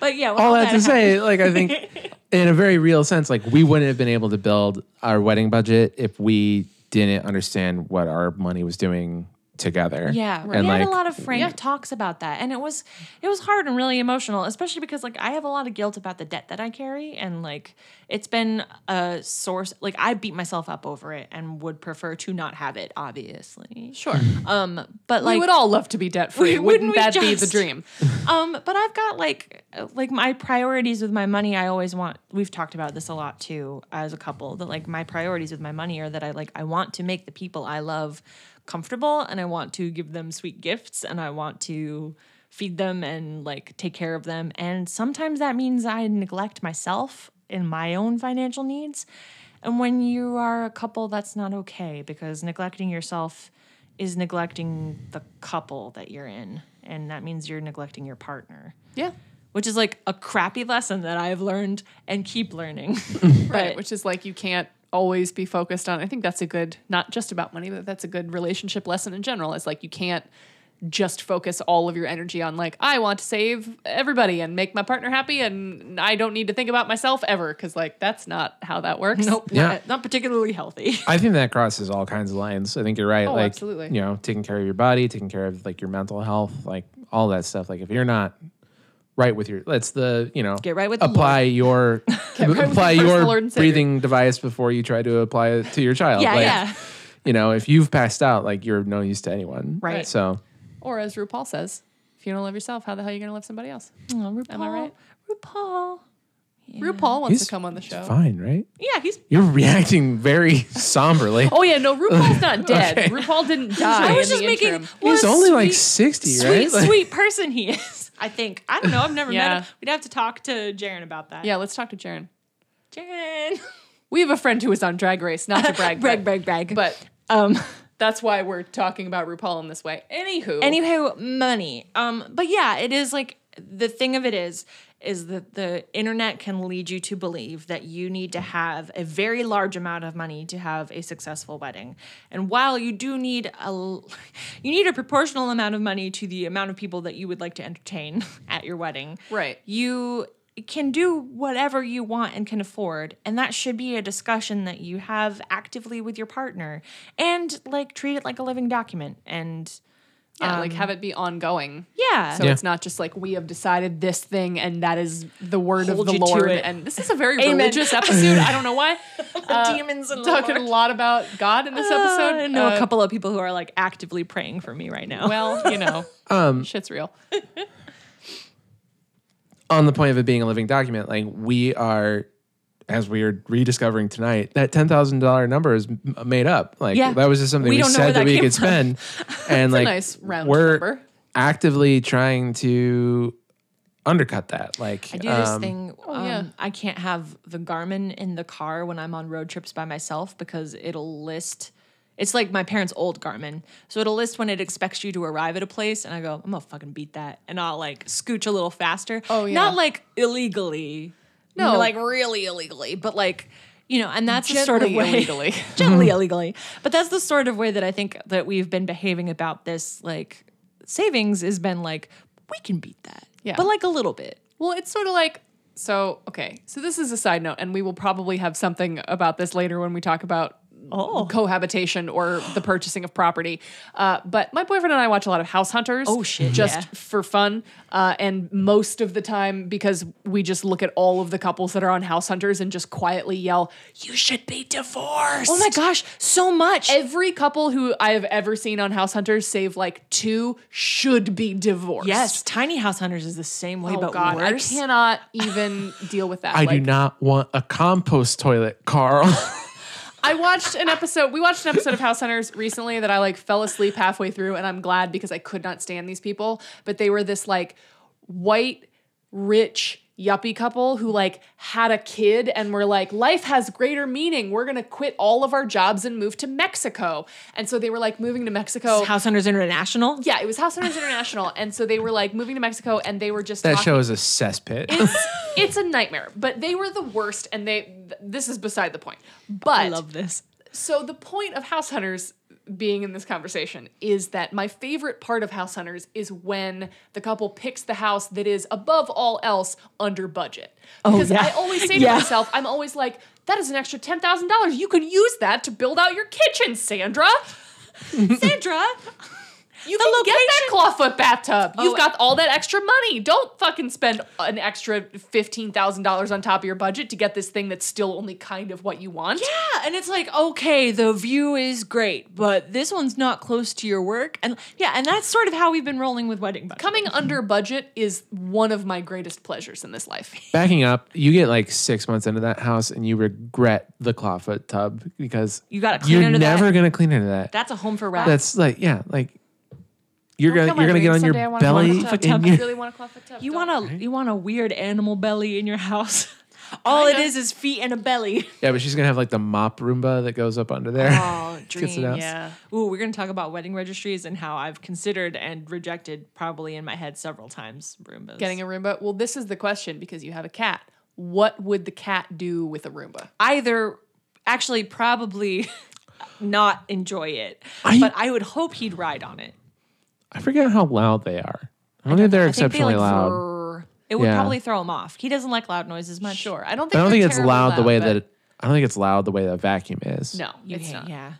but yeah, all that to say, like I think in a very real sense, like we wouldn't have been able to build our wedding budget if we didn't understand what our money was doing together. Yeah, And we like had a lot of frank talks about that, and it was it was hard and really emotional, especially because like I have a lot of guilt about the debt that I carry, and like it's been a source. Like I beat myself up over it, and would prefer to not have it, obviously. Sure. Um, but like we would all love to be debt free. Wouldn't Wouldn't, we that be the just? dream? um but i've got like uh, like my priorities with my money i always want we've talked about this a lot too as a couple that like my priorities with my money are that i like i want to make the people i love comfortable and i want to give them sweet gifts and i want to feed them and like take care of them and sometimes that means i neglect myself in my own financial needs and when you are a couple that's not okay because neglecting yourself is neglecting the couple that you're in. And that means you're neglecting your partner, Yeah. which is like a crappy lesson that I've learned and keep learning. right which is like you can't always be focused on i think that's a good not just about money but that's a good relationship lesson in general it's like you can't just focus all of your energy on like i want to save everybody and make my partner happy and i don't need to think about myself ever because like that's not how that works Nope, Yeah. not, not particularly healthy. I think that crosses all kinds of lines. I think you're right. Oh, like absolutely. you know, taking care of your body, taking care of like your mental health, like all that stuff. Like if you're not right with your that's the you know Get right with the apply your with apply your personal your Lord and Savior. breathing device before you try to apply it to your child. Yeah, like, yeah. You know, if you've passed out, like you're of no use to anyone. Right. So or as rupaul says if you don't love yourself how the hell are you going to love somebody else Oh, RuPaul. Am I right? RuPaul. rupaul wants He's- to come on the he's show Fine, right? Yeah, he's. You're reacting very somberly. oh yeah no rupaul's not dead Okay. rupaul didn't die I was in just the making. interim. what He's a only like sweet- 60, Sweet, right? Like- sweet person he is. I think. I don't know. I've never Yeah. met him. We'd have to talk to Jaren about that. yeah let's talk to jaren Jaren. we have a friend who was on drag race not to brag brag, but- brag, brag. but um. That's why we're talking about RuPaul in this way. Anywho, Anywho, money. Um, but yeah, it is like the thing of it is is that the internet can lead you to believe that you need to have a very large amount of money to have a successful wedding. And while you do need a l- you need a proportional amount of money to the amount of people that you would like to entertain at your wedding. Right. You can do whatever you want and can afford and that should be a discussion that you have actively with your partner and like treat it like a living document and Yeah, like have it be ongoing. um, Yeah. So Yeah. it's not just like we have decided this thing and that is the word Hold of you the to Lord. it. And this is a very Amen. religious episode. I don't know why. demons and Talking a lot about God in this episode. I know Uh, a couple of people who are like actively praying for me right now. Well, you know, Um, shit's real. on the point of it being a living document, like we are, as we are rediscovering tonight, that ten thousand dollar number is m- made up. Like Yeah. that was just something We we, don't know where said that that we came could from. spend, and like nice round we're number. actively trying to undercut that. Like I do this um, thing. um, Oh, yeah. I can't have the Garmin in the car when I'm on road trips by myself because it'll list. It's like my parents' old Garmin, so it'll list when it expects you to arrive at a place, and I go, I'm gonna fucking beat that, and I'll like scooch a little faster. Oh, yeah. not like illegally, no, like really illegally, but like you know, and that's the sort of Gently way illegally. gently Mm-hmm. illegally, but that's the sort of way that I think that we've been behaving about this like savings has been like we can beat that, Yeah. but like a little bit. Well, it's sort of like so. Okay, so this is a side note, and we will probably have something about this later when we talk about Oh. cohabitation or the purchasing of property. Uh, but my boyfriend and I watch a lot of House Hunters. Oh, shit, Just yeah. for fun, uh, and most of the time because we just look at all of the couples that are on House Hunters and just quietly yell, "You should be divorced." Oh my gosh, so much. Every couple who I have ever seen on House Hunters, save like two, should be divorced. yes, Tiny House Hunters is the same way, Oh but God, worse. I cannot even deal with that. I do Like, not want a compost toilet, Carl. I watched an episode. We watched an episode of House Hunters recently that I like fell asleep halfway through, and I'm glad because I could not stand these people. But they were this like white, rich yuppie couple who like had a kid and were like, life has greater meaning. We're gonna quit all of our jobs and move to Mexico. And so they were like moving to Mexico. House Hunters International. yeah, it was House Hunters International, and so they were like moving to Mexico, and they were just that talking- show is a cesspit. it's, it's a nightmare. But they were the worst, and they. th- this is beside the point. But I love this. so the point of House Hunters being in this conversation is that my favorite part of House Hunters is when the couple picks the house that is above all else under budget. Because Oh, yeah. I always say Yeah. to myself, I'm always like, that is an extra ten thousand dollars. You could use that to build out your kitchen, Sandra. Sandra, You can get that clawfoot bathtub. Oh, You've got all that extra money. Don't fucking spend an extra fifteen thousand dollars on top of your budget to get this thing that's still only kind of what you want. yeah, Ah, and it's like okay, the view is great, but this one's not close to your work, and yeah, and that's sort of how we've been rolling with wedding budget. Coming under budget is one of my greatest pleasures in this life. Backing up, you get like six months into that house and you regret the clawfoot tub because You gotta clean you're under that. never gonna clean into that. That's a home for rats. That's like yeah, like you're Don't gonna kill my you're gonna get dreams. on your Someday I wanna belly. claw foot in tub. your- I really want a clawfoot tub. you don't want a you want a weird animal belly in your house. All it is is feet and a belly. yeah, but she's gonna have like the mop Roomba that goes up under there. Oh, Gets it dreams. out. Yeah. Ooh, we're going to talk about wedding registries and how I've considered and rejected, probably in my head several times, Roombas. Getting a Roomba. Well, this is the question because you have a cat. What would the cat do with a Roomba? either, actually, probably not enjoy it, I- but I would hope he'd ride on it. I forget how loud they are. I don't think they're I think they, exceptionally like, loud. vrrr. It would Yeah. probably throw him off. He doesn't like loud noises much. Sure. I I don't think. don't they're think it's terribly loud the way but- that it, I don't think it's loud the way that vacuum is. No, You it's hate- not. Yeah.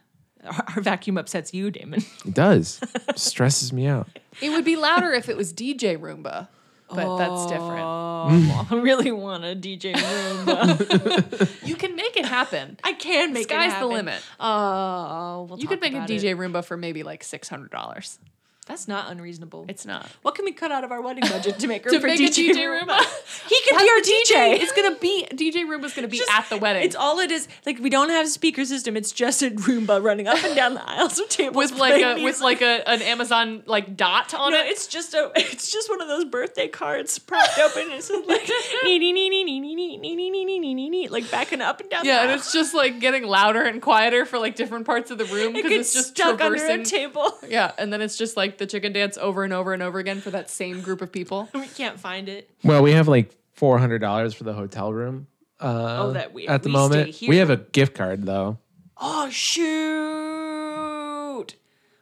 Our, our vacuum upsets you, Damon. It does. stresses me out. It would be louder if it was DJ Roomba, but that's different. Oh, I really want a DJ Roomba. You can make it happen. I can make it Sky's the happen. limit. Oh, we'll You talk could make a about DJ it. Roomba for maybe like six hundred dollars. That's not unreasonable. It's not. What can we cut out of our wedding budget to make room To for make a DJ, DJ Roomba? Roomba? he could be our DJ. It's gonna be DJ Roomba's gonna be Just- at the wedding. It's all it is. Like we don't have speaker system. It's just a Roomba running up and down the aisles of tables with like playing a with music. like a an Amazon like dot on No, it. it's just a. It's just one of those birthday cards propped open and it's like nee nee nee nee nee nee nee nee nee nee nee nee nee nee like backing up and down. the Yeah, and aisle. it's just like getting louder and quieter for like different parts of the room it because gets it's just stuck under traversing. a table. yeah, and then it's just like the chicken dance over and over and over again for that same group of people. We can't find it. Well, we have like four hundred dollars for the hotel room. Uh, Oh, that we- at the we stay moment here. we have a gift card though. Oh shoot!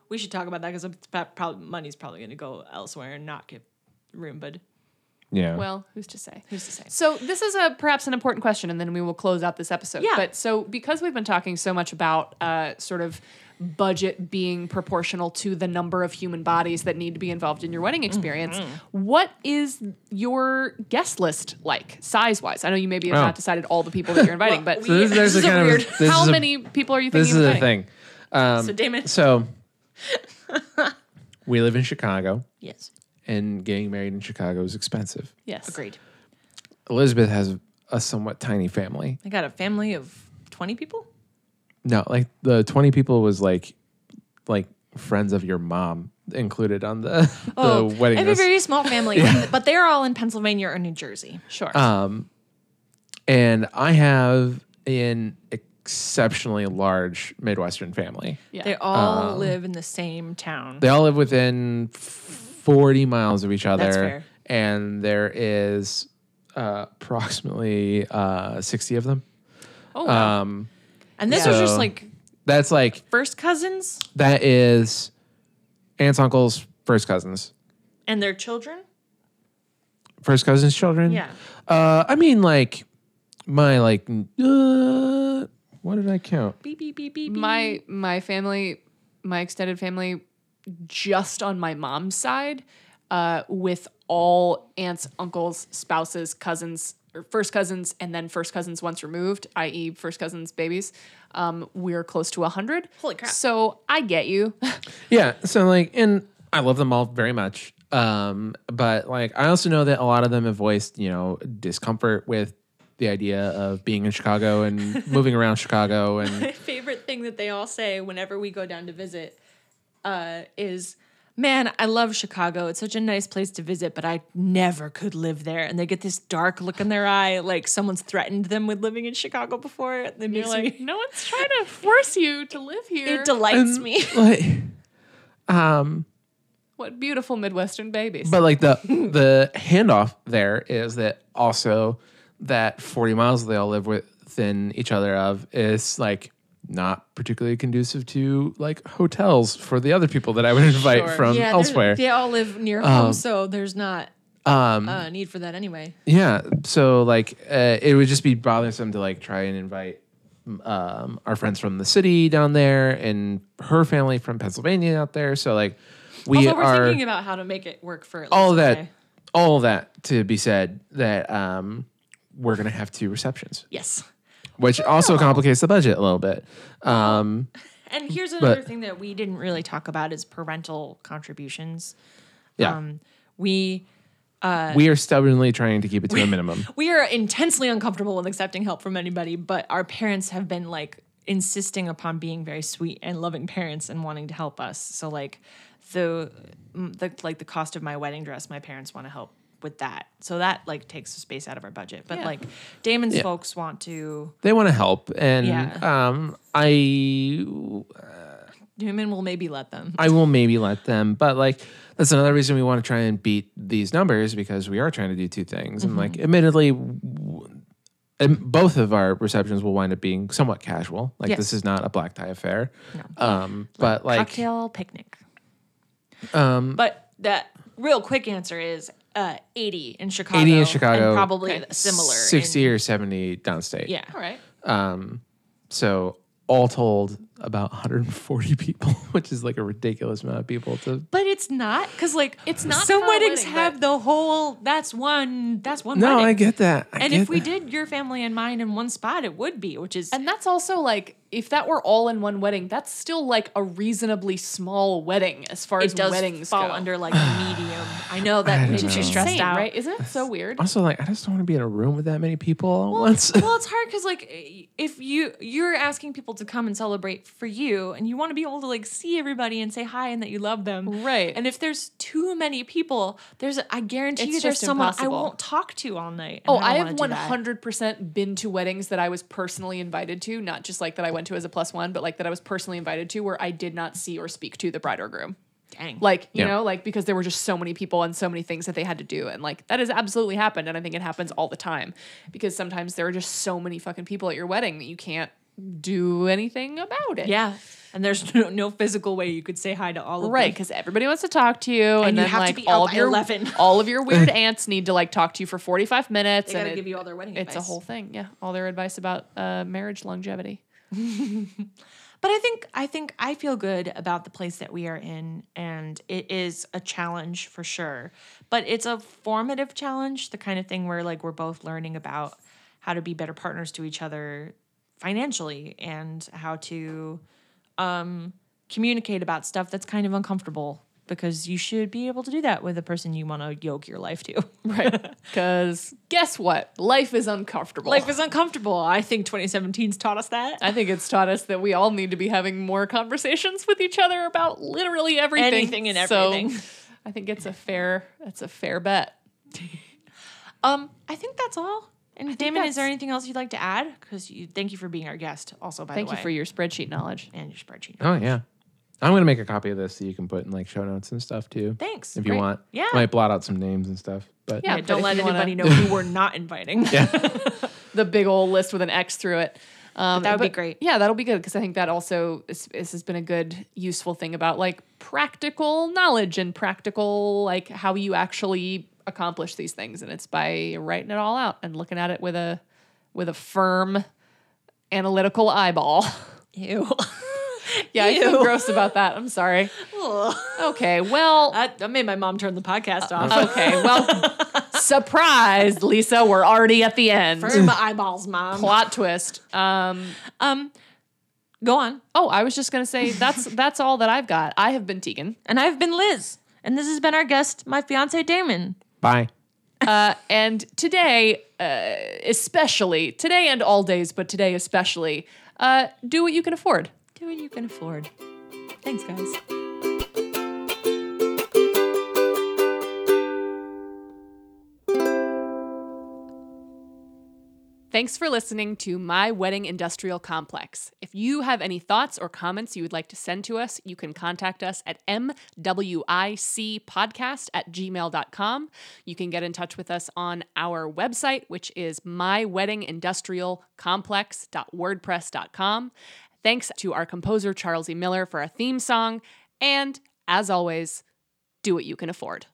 We should talk about that because probably money's probably going to go elsewhere and not get Roomba'd. Yeah. Well, who's to say? Who's to say? So this is a perhaps an important question, and then we will close out this episode. Yeah. But so because we've been talking so much about uh, sort of budget being proportional to the number of human bodies that need to be involved in your wedding experience. What is your guest list like size wise? I know you maybe have Oh. not decided all the people that you're inviting, but So this, there's This a is a kind of a- weird- this how is a- many people are you thinking This is of the inviting? thing. Um, so Damon, So we live in Chicago, yes, and getting married in Chicago is expensive. yes, Agreed. Elizabeth has a somewhat tiny family. I got a family of twenty people. No, like the 20 people was like like friends of your mom included on the, the I wedding have a list. very small family, but they're all in Pennsylvania or New Jersey. Sure. Um, and I have an exceptionally large Midwestern family. yeah. They all live in the same town. Um, They all live within 40 miles of each other. fair. And there is uh, approximately uh, 60 of them. oh, wow. Um, And this was So- just like that's like, first cousins that is aunts, uncles, first cousins. and their children. First cousins' children? Yeah. Uh, I mean, like, my, like, n- uh, what did I count? Beep beep beep beep. beep. my my family my extended family just on my mom's side uh, with all aunts uncles spouses cousins or first cousins and then first cousins once removed i.e first cousins babies um, we're close to 100 Holy crap. so i get you Yeah. So like, and I love them all very much. Um, but like, I also know that a lot of them have voiced, you know, discomfort with the idea of being in Chicago and moving around Chicago. And My favorite thing that they all say whenever we go down to visit uh, is, "Man, I love Chicago. It's such a nice place to visit, but I never could live there." And they get this dark look in their eye, like someone's threatened them with living in Chicago before. And they you're makes like me. no one's trying to force you to live here It delights me. like, um, what beautiful midwestern babies but like the the handoff there is that also that 40 miles they all live within each other of is like not particularly conducive to like hotels for the other people that I would invite Sure. from Yeah, elsewhere. They all live near home, so there's not Um, a need for that anyway. Yeah. So like, uh, it would just be bothersome to like try and invite um, our friends from the city down there and her family from Pennsylvania out there. So like, we also, we're are thinking about how to make it work for at all least that, today. all that to be said that um, we're gonna have two receptions, Yes. which Oh. also complicates the budget a little bit. Um, And here's another But- thing that we didn't really talk about is parental contributions. yeah, Um, we we are stubbornly trying to keep it to a minimum. we are intensely uncomfortable with accepting help from anybody, but our parents have been like insisting upon being very sweet and loving parents and wanting to help us. So like the mm, the like the cost of my wedding dress, my parents want to help with that. So that like takes space out of our budget. But like Damon's folks want to They want to help, and Yeah. um, I Newman will maybe let them. I will maybe let them, but like that's another reason we want to try and beat these numbers because we are trying to do two things. And Mm-hmm. like, admittedly, w- and both of our receptions will wind up being somewhat casual. Like, Yes. this is not a black tie affair. Um, but like, cocktail picnic. Um, but that real quick answer is uh, eighty in Chicago. 80 in and Chicago, probably similar. in- 60 or 70 downstate. yeah. all right So, all told, about 140 people, which is like a ridiculous amount of people to But it's not because like it's not Some for a weddings wedding, have the whole. That's one. That's one. No, wedding. I get that. I And get if we that. did your family and mine in one spot, it would be, which is And that's also like if that were all in one wedding, that's still like a reasonably small wedding as far it as does weddings fall go. under like the medium. I know that makes you know. stressed Insane, out, right? Isn't it so weird? also, like, I just don't want to be in a room with that many people all at once. well, it's hard because like if you you're asking people to come and celebrate for you, and you want to be able to like see everybody and say hi and that you love them, Right. And if there's too many people, there's I guarantee It's you there's just someone impossible. I won't talk to all night. and Oh, don't I wanna have do one that. hundred percent been to weddings that I was personally invited to, not just like that I went to as a plus one, but like that I was personally invited to, where I did not see or speak to the bride or groom. Dang. Like you Yeah. know, like because there were just so many people and so many things that they had to do, and like that has absolutely happened, and I think it happens all the time because sometimes there are just so many fucking people at your wedding that you can't do anything about it. yeah, and there's no, no physical way you could say hi to all of Right, them. because everybody wants to talk to you, and, you then have to like be all out of by your 11. all of your weird aunts need to like talk to you for forty five minutes. They gotta and give you all their wedding It's a advice. whole thing, yeah. All their advice about uh, marriage longevity. But I think I think I feel good about the place that we are in, and it is a challenge for sure. But it's a formative challenge, the kind of thing where like we're both learning about how to be better partners to each other financially and how to um, communicate about stuff that's kind of uncomfortable because you should be able to do that with a person you want to yoke your life to. Right. Because guess what? Life is uncomfortable. Life is uncomfortable. I think 2017's taught us that. Oh. I think it's taught us that we all need to be having more conversations with each other about literally everything. Anything and So, everything. I think it's a fair that's a fair bet. Um, I think that's all. And Damon, that's- is there anything else you'd like to add? Because you thank you for being our guest. Also, by Thank the way, you for your spreadsheet knowledge. and your spreadsheet. Oh yeah, I'm gonna make a copy of this so you can put in like show notes and stuff too, Thanks. if you Great. want. Yeah. might blot out some names and stuff, but Yeah, Yeah, but don't if let you wanna- anybody know who we're not inviting. the big old list with an X through it. Um, that would be great. Yeah, that'll be good because I think that also is, this has been a good, useful thing about like practical knowledge and practical like how you actually accomplish these things, and it's by writing it all out and looking at it with a with a firm analytical eyeball. Ew. yeah, I feel Ew. gross about that. I'm sorry. oh, Okay, well, I, I made my mom turn the podcast off. okay, well, surprised, Lisa. We're already at the end. Burn my eyeballs, mom. Plot twist. Um, Um, go on. Oh, I was just gonna say that's that's all that I've got. I have been Tegan, And I've been Liz, and this has been our guest, my fiance Damon. bye. uh, and today, uh, especially today and all days, but today especially, uh, do what you can afford. Do what you can afford. Thanks, guys. Thanks for listening to My Wedding Industrial Complex. If you have any thoughts or comments you would like to send to us, you can contact us at mwicpodcast at gmail.com. You can get in touch with us on our website, which is myweddingindustrialcomplex.wordpress.com. Thanks to our composer, Charles E. Miller, for our theme song. And as always, do what you can afford.